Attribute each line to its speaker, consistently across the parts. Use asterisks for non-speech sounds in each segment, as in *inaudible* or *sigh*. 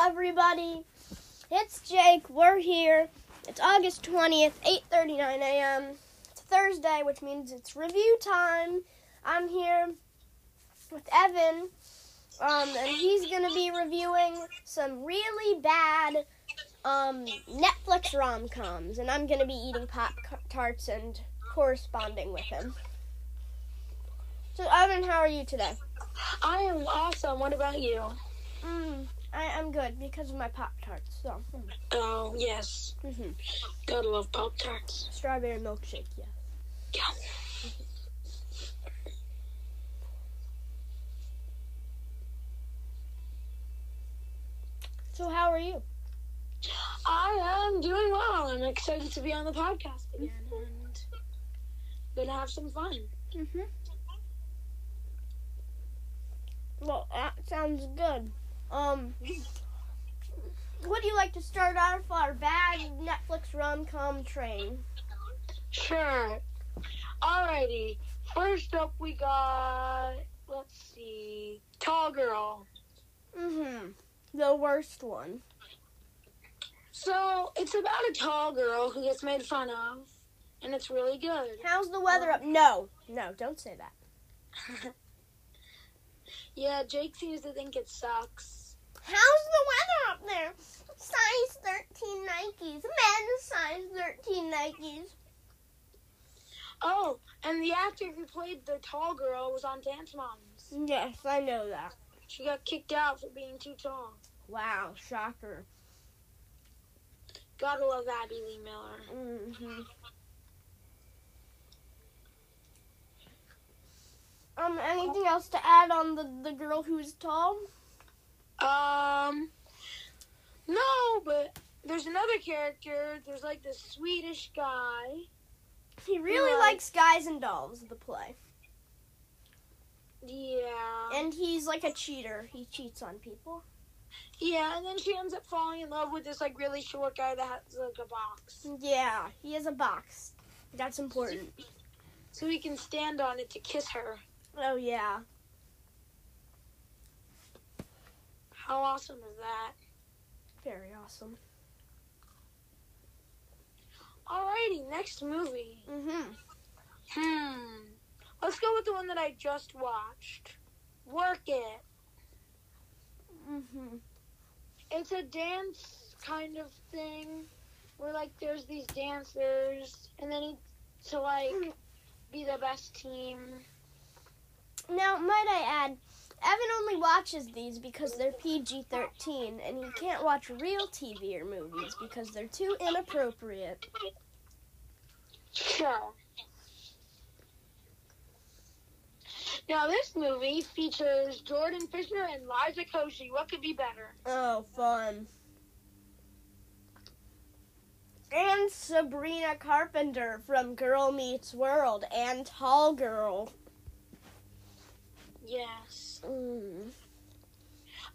Speaker 1: everybody. It's Jake. We're here. It's August 20th, 8:39 a.m. It's Thursday, which means it's review time. I'm here with Evan. Um, and he's going to be reviewing some really bad um, Netflix rom-coms and I'm going to be eating pop tarts and corresponding with him. So Evan, how are you today?
Speaker 2: I am awesome. What about you?
Speaker 1: Mm, I, I'm good because of my Pop Tarts. So, mm,
Speaker 2: Oh, yes.
Speaker 1: mhm.
Speaker 2: Gotta love Pop Tarts.
Speaker 1: strawberry milkshake, yeah.
Speaker 2: Yeah.
Speaker 1: So, how are you?
Speaker 2: I am doing well. I'm excited to be on the podcast again and gonna have some fun.
Speaker 1: Mm-hmm. Well, that sounds good. Um, would you like to start off our bad Netflix rom com train?
Speaker 2: Sure. Alrighty. First up, we got, let's see, Tall Girl.
Speaker 1: Mm-hmm. The worst one.
Speaker 2: So, it's about a tall girl who gets made fun of, and it's really good.
Speaker 1: How's the weather up? No, no, don't say that.
Speaker 2: Yeah, Jake seems to think it sucks.
Speaker 1: How's the weather up there? Size 13 Nikes. Men's size 13 Nikes.
Speaker 2: Oh, and the actor who played the tall girl was on Dance Moms.
Speaker 1: Yes, I know that.
Speaker 2: She got kicked out for being too tall.
Speaker 1: Wow, shocker.
Speaker 2: Gotta love Abby Lee Miller.
Speaker 1: Mm-hmm. Um, anything else to add on the, the girl who's tall?
Speaker 2: Um, no, but there's another character. There's like this Swedish guy.
Speaker 1: He really
Speaker 2: Yeah.
Speaker 1: likes guys and dolls, the play.
Speaker 2: Yeah.
Speaker 1: And he's like a cheater. He cheats on people.
Speaker 2: yeah, and then she ends up falling in love with this like really short guy that has like a box.
Speaker 1: Yeah, he has a box. That's important.
Speaker 2: So he can stand on it to kiss her.
Speaker 1: Oh, yeah.
Speaker 2: How awesome is that?
Speaker 1: Very awesome.
Speaker 2: Alrighty, next movie.
Speaker 1: Mm-hmm.
Speaker 2: Hmm. Let's go with the one that I just watched. Work It.
Speaker 1: Mm-hmm.
Speaker 2: It's a dance kind of thing where, like, there's these dancers, and they need to, like, be the best team.
Speaker 1: Now, might I add, Evan only watches these because they're PG 13 and he can't watch real TV or movies because they're too inappropriate.
Speaker 2: Sure. Now, this movie features Jordan Fisher and Liza Koshy. What could be better?
Speaker 1: Oh, fun. And Sabrina Carpenter from Girl Meets World and Tall Girl.
Speaker 2: Yes.
Speaker 1: Mm.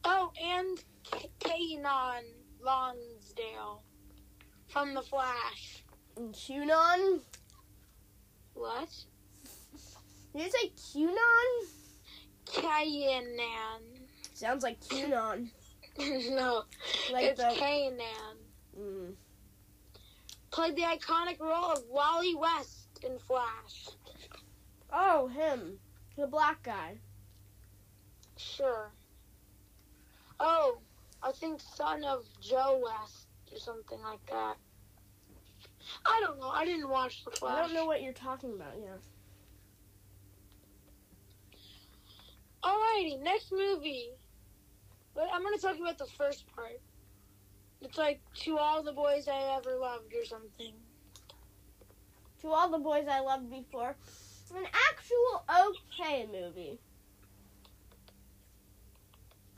Speaker 2: Oh, and K- Kanan Lonsdale from The Flash.
Speaker 1: And Cunon?
Speaker 2: What?
Speaker 1: Did you say Cunon?
Speaker 2: Kanan.
Speaker 1: Sounds like Cunon.
Speaker 2: *laughs* no,
Speaker 1: Like
Speaker 2: it's
Speaker 1: the.
Speaker 2: Kanan.
Speaker 1: Mm.
Speaker 2: Played the iconic role of Wally West in Flash.
Speaker 1: Oh, him. The black guy.
Speaker 2: Sure. Oh, I think son of Joe West or something like that. I don't know. I didn't watch the Flash.
Speaker 1: I don't know what you're talking about, yeah.
Speaker 2: Alrighty, next movie. But I'm gonna talk about the first part. It's like to all the boys I ever loved or something.
Speaker 1: to all the boys I loved before. An actual okay movie.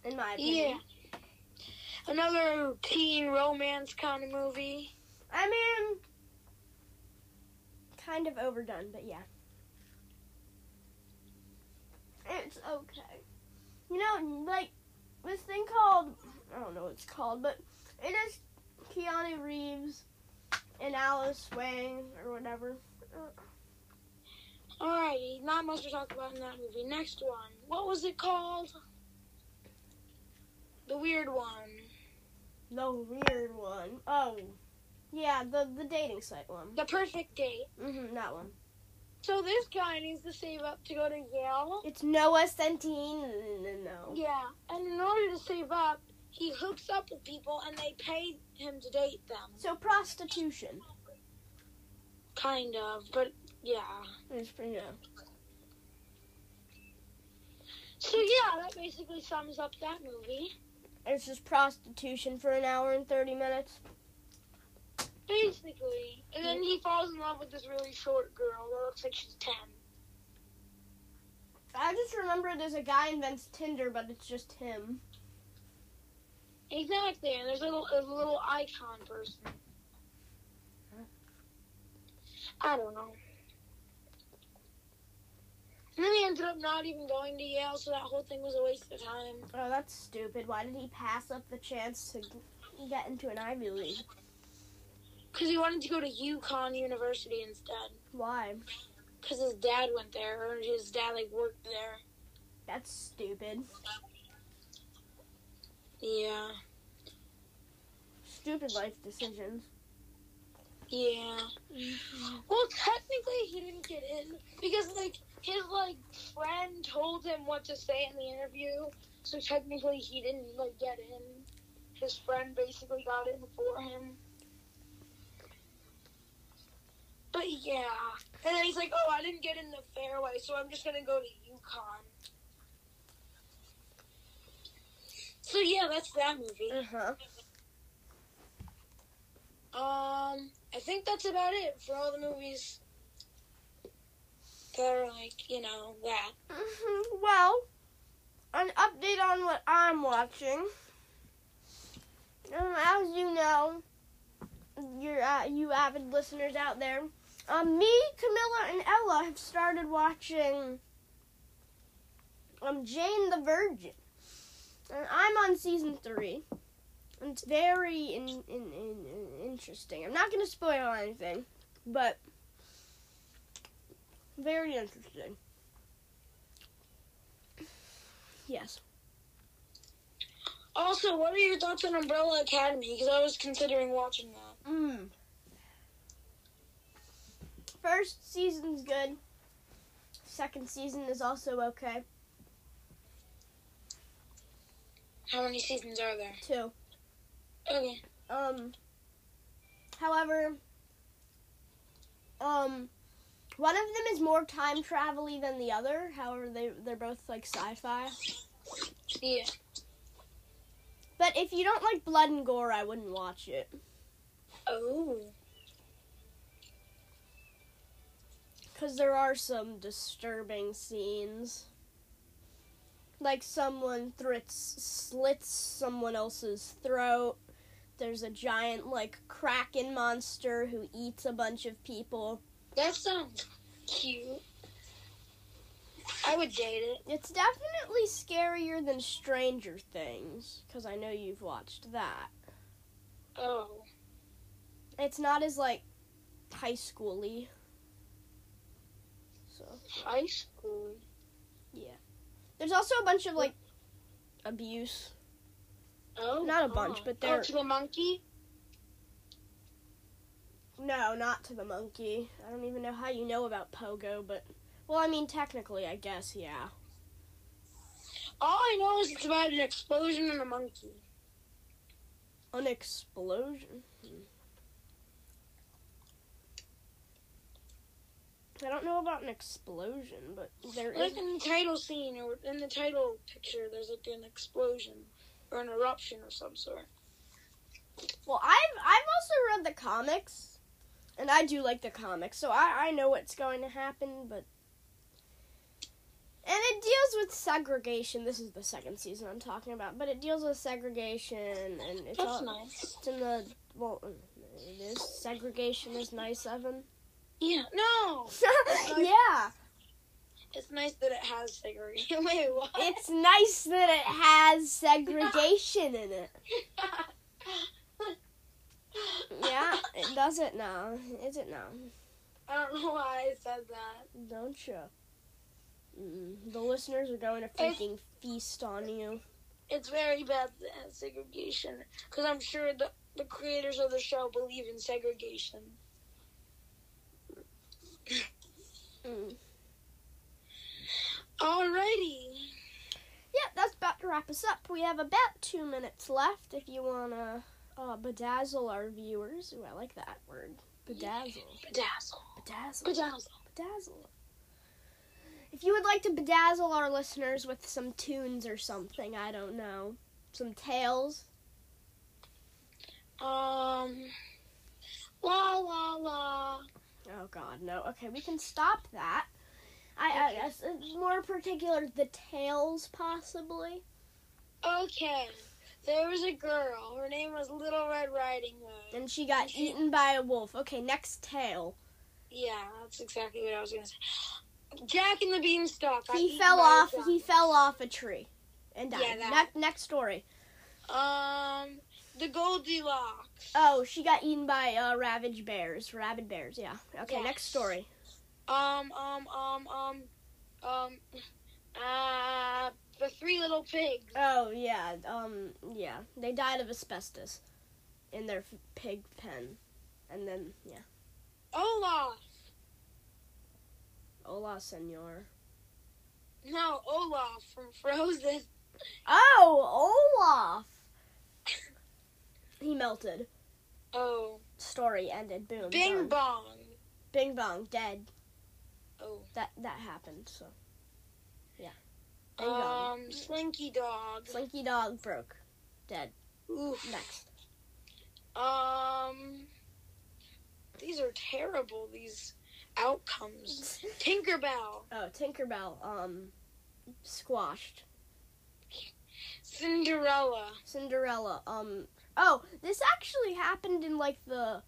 Speaker 1: In my opinion.
Speaker 2: Yeah. Another teen romance kind of movie.
Speaker 1: I mean kind of overdone, but yeah. It's okay. You know, like this thing called I don't know what it's called, but it is Keanu Reeves and Alice Wang or whatever.
Speaker 2: Alrighty, not much to talk about in that movie. Next one. What was it called? The weird one.
Speaker 1: The weird one. Oh, yeah, the the dating site one.
Speaker 2: The perfect date.
Speaker 1: hmm that one.
Speaker 2: So this guy needs to save up to go to Yale.
Speaker 1: It's Noah Centine. No.
Speaker 2: Yeah, and in order to save up, he hooks up with people and they pay him to date them.
Speaker 1: So prostitution.
Speaker 2: Kind of, but yeah.
Speaker 1: It's pretty yeah.
Speaker 2: So yeah, that basically sums up that movie.
Speaker 1: It's just prostitution for an hour and thirty minutes.
Speaker 2: Basically. And then he falls in love with this really short girl that looks like she's 10.
Speaker 1: I just remember there's a guy invents Tinder, but it's just him.
Speaker 2: Exactly, and there's a little, a little icon person. I don't know. And then he ended up not even going to Yale, so that whole thing was a waste of time.
Speaker 1: Oh, that's stupid. Why did he pass up the chance to g- get into an Ivy League?
Speaker 2: Because he wanted to go to UConn University instead.
Speaker 1: Why?
Speaker 2: Because his dad went there, or his dad, like, worked there.
Speaker 1: That's stupid.
Speaker 2: Yeah.
Speaker 1: Stupid life decisions.
Speaker 2: Yeah. Well, technically, he didn't get in because like his like friend told him what to say in the interview, so technically he didn't like get in. His friend basically got in for him. But yeah, and then he's like, "Oh, I didn't get in the fairway, so I'm just gonna go to UConn." So yeah, that's that movie.
Speaker 1: Uh huh.
Speaker 2: Um, I think that's about it for all the movies that are like, you know, that.
Speaker 1: hmm Well, an update on what I'm watching. Um, as you know, your uh, you avid listeners out there, um, me, Camilla, and Ella have started watching um Jane the Virgin, and I'm on season three. And It's very in, in, in, in- interesting. I'm not going to spoil anything, but very interesting. Yes.
Speaker 2: Also, what are your thoughts on Umbrella Academy? Because I was considering watching that.
Speaker 1: Mm. First season's good. Second season is also okay.
Speaker 2: How many seasons are there?
Speaker 1: too.
Speaker 2: Okay.
Speaker 1: Um. However, um, one of them is more time travel-y than the other. However, they they're both like sci-fi.
Speaker 2: Yeah.
Speaker 1: But if you don't like blood and gore, I wouldn't watch it.
Speaker 2: Oh.
Speaker 1: Because there are some disturbing scenes. Like someone thrits, slits someone else's throat. There's a giant, like, kraken monster who eats a bunch of people.
Speaker 2: That sounds cute. I would date it.
Speaker 1: It's definitely scarier than Stranger Things, because I know you've watched that.
Speaker 2: Oh.
Speaker 1: It's not as, like, high schooly. So,
Speaker 2: High school.
Speaker 1: there's also a bunch of, like, abuse.
Speaker 2: Oh.
Speaker 1: Not a bunch,
Speaker 2: oh.
Speaker 1: but they're-
Speaker 2: Oh, to the monkey?
Speaker 1: No, not to the monkey. I don't even know how you know about Pogo, but well, I mean, technically, I guess, yeah.
Speaker 2: All I know is it's about an explosion and a monkey.
Speaker 1: An explosion. Hmm. I don't know about an explosion, but there is.
Speaker 2: Like in the title scene or in the title picture, there's like an explosion or an eruption of some sort.
Speaker 1: Well, I've I've also read the comics, and I do like the comics, so I I know what's going to happen, but. And it deals with segregation. This is the second season I'm talking about, but it deals with segregation and it's
Speaker 2: That's
Speaker 1: all,
Speaker 2: nice.
Speaker 1: It's in the well, it is segregation is nice of *laughs* him.
Speaker 2: Yeah. No,
Speaker 1: yeah,
Speaker 2: it's nice that it has segregation. *laughs* Wait, what?
Speaker 1: it's nice that it has segregation in it. Yeah, it does it now. Is it now?
Speaker 2: *laughs* I don't know why I said that.
Speaker 1: Don't you? Mm, the listeners are going to freaking feast on you.
Speaker 2: it's very bad that it has segregation because I'm sure the the creators of the show believe in segregation.
Speaker 1: Mm.
Speaker 2: Alrighty.
Speaker 1: Yeah, that's about to wrap us up. We have about two minutes left if you want to uh, bedazzle our viewers. Ooh, I like that word. Bedazzle.
Speaker 2: Bedazzle.
Speaker 1: Bedazzle.
Speaker 2: Bedazzle.
Speaker 1: Bedazzle. If you would like to bedazzle our listeners with some tunes or something, I don't know. Some tales.
Speaker 2: Um. La la la.
Speaker 1: Oh God, no. Okay, we can stop that. I, I
Speaker 2: Okay.
Speaker 1: guess it's more particular the tails possibly.
Speaker 2: Okay. There was a girl. Her name was Little Red Riding Hood.
Speaker 1: And she got
Speaker 2: Okay.
Speaker 1: eaten by a wolf. Okay, next tail.
Speaker 2: Yeah, that's exactly what I was gonna say. Jack and the Beanstalk. got
Speaker 1: He
Speaker 2: eaten
Speaker 1: fell
Speaker 2: by a
Speaker 1: off.
Speaker 2: dog.
Speaker 1: He fell off a tree, and died.
Speaker 2: Yeah, that-
Speaker 1: Next, next story.
Speaker 2: Um, the Goldilocks.
Speaker 1: Oh, she got eaten by uh, ravaged bears. Rabid bears. Yeah. Okay,
Speaker 2: Yes.
Speaker 1: next story.
Speaker 2: Um, um, um, um, um, uh, the Three Little Pigs.
Speaker 1: Oh yeah. Um yeah. They died of asbestos in their f- pig pen, and then yeah.
Speaker 2: Olaf.
Speaker 1: Hola, senor.
Speaker 2: No, Olaf from Frozen.
Speaker 1: Oh, Olaf. He melted.
Speaker 2: Oh,
Speaker 1: Story ended. Boom.
Speaker 2: Bing
Speaker 1: done.
Speaker 2: Bong.
Speaker 1: Bing bong. Dead.
Speaker 2: Oh.
Speaker 1: That that happened. So Bing Bong.
Speaker 2: Um, Slinky Dog.
Speaker 1: Slinky dog broke. Dead.
Speaker 2: Oof.
Speaker 1: Next.
Speaker 2: Um, these are terrible. These outcomes. Tinkerbell,
Speaker 1: Oh, Tinkerbell. Um, squashed.
Speaker 2: Cinderella.
Speaker 1: Cinderella. Um. Oh, this actually happened in like the,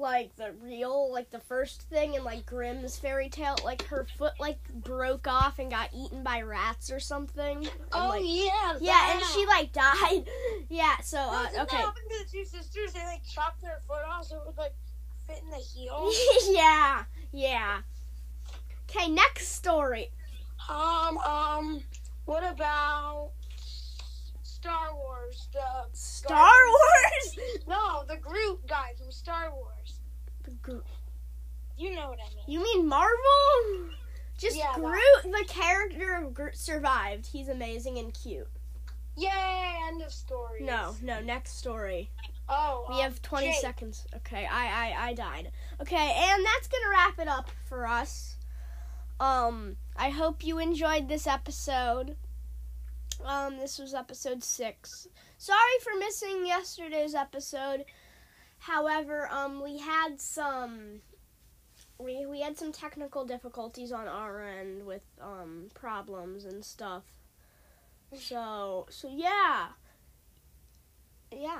Speaker 1: like the real, like the first thing in like Grimm's fairy tale. Like her foot like broke off and got eaten by rats or something. And,
Speaker 2: Oh
Speaker 1: like,
Speaker 2: yeah,
Speaker 1: Yeah, and
Speaker 2: that.
Speaker 1: she like died. *laughs* Yeah, so uh,
Speaker 2: Wasn't that
Speaker 1: okay.
Speaker 2: happened to the two sisters? They like chopped their foot off so it would like fit in the heel.
Speaker 1: *laughs* yeah, yeah. Okay, next story.
Speaker 2: um, um, what about Star Wars? The
Speaker 1: Star Wars. *laughs*
Speaker 2: no, the Groot guy from Star Wars.
Speaker 1: Gr-
Speaker 2: You know what I mean?
Speaker 1: You mean Marvel? Just
Speaker 2: Yeah, that-
Speaker 1: Groot, the character of Groot survived. He's amazing and cute.
Speaker 2: Yay! End of story.
Speaker 1: No, no, next story.
Speaker 2: Oh,
Speaker 1: We
Speaker 2: um,
Speaker 1: have 20
Speaker 2: Jake.
Speaker 1: seconds. Okay, I, I I died. Okay, and that's going to wrap it up for us. Um I hope you enjoyed this episode. Um this was episode 6. Sorry for missing yesterday's episode. However, um we had some we we had some technical difficulties on our end with um problems and stuff. So, so yeah. Yeah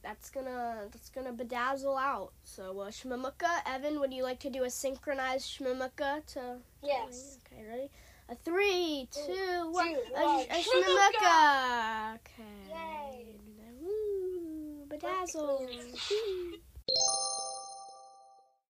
Speaker 1: that's gonna that's gonna bedazzle out. So uh, Shmamaka, Evan, would you like to do a synchronized Shmamaka to?
Speaker 2: Yes.
Speaker 1: Okay, ready? A three, two, one.
Speaker 2: Two,
Speaker 1: A,
Speaker 2: one.
Speaker 1: a Shmamaka. Okay.
Speaker 2: Yay.
Speaker 1: Woo, bedazzle.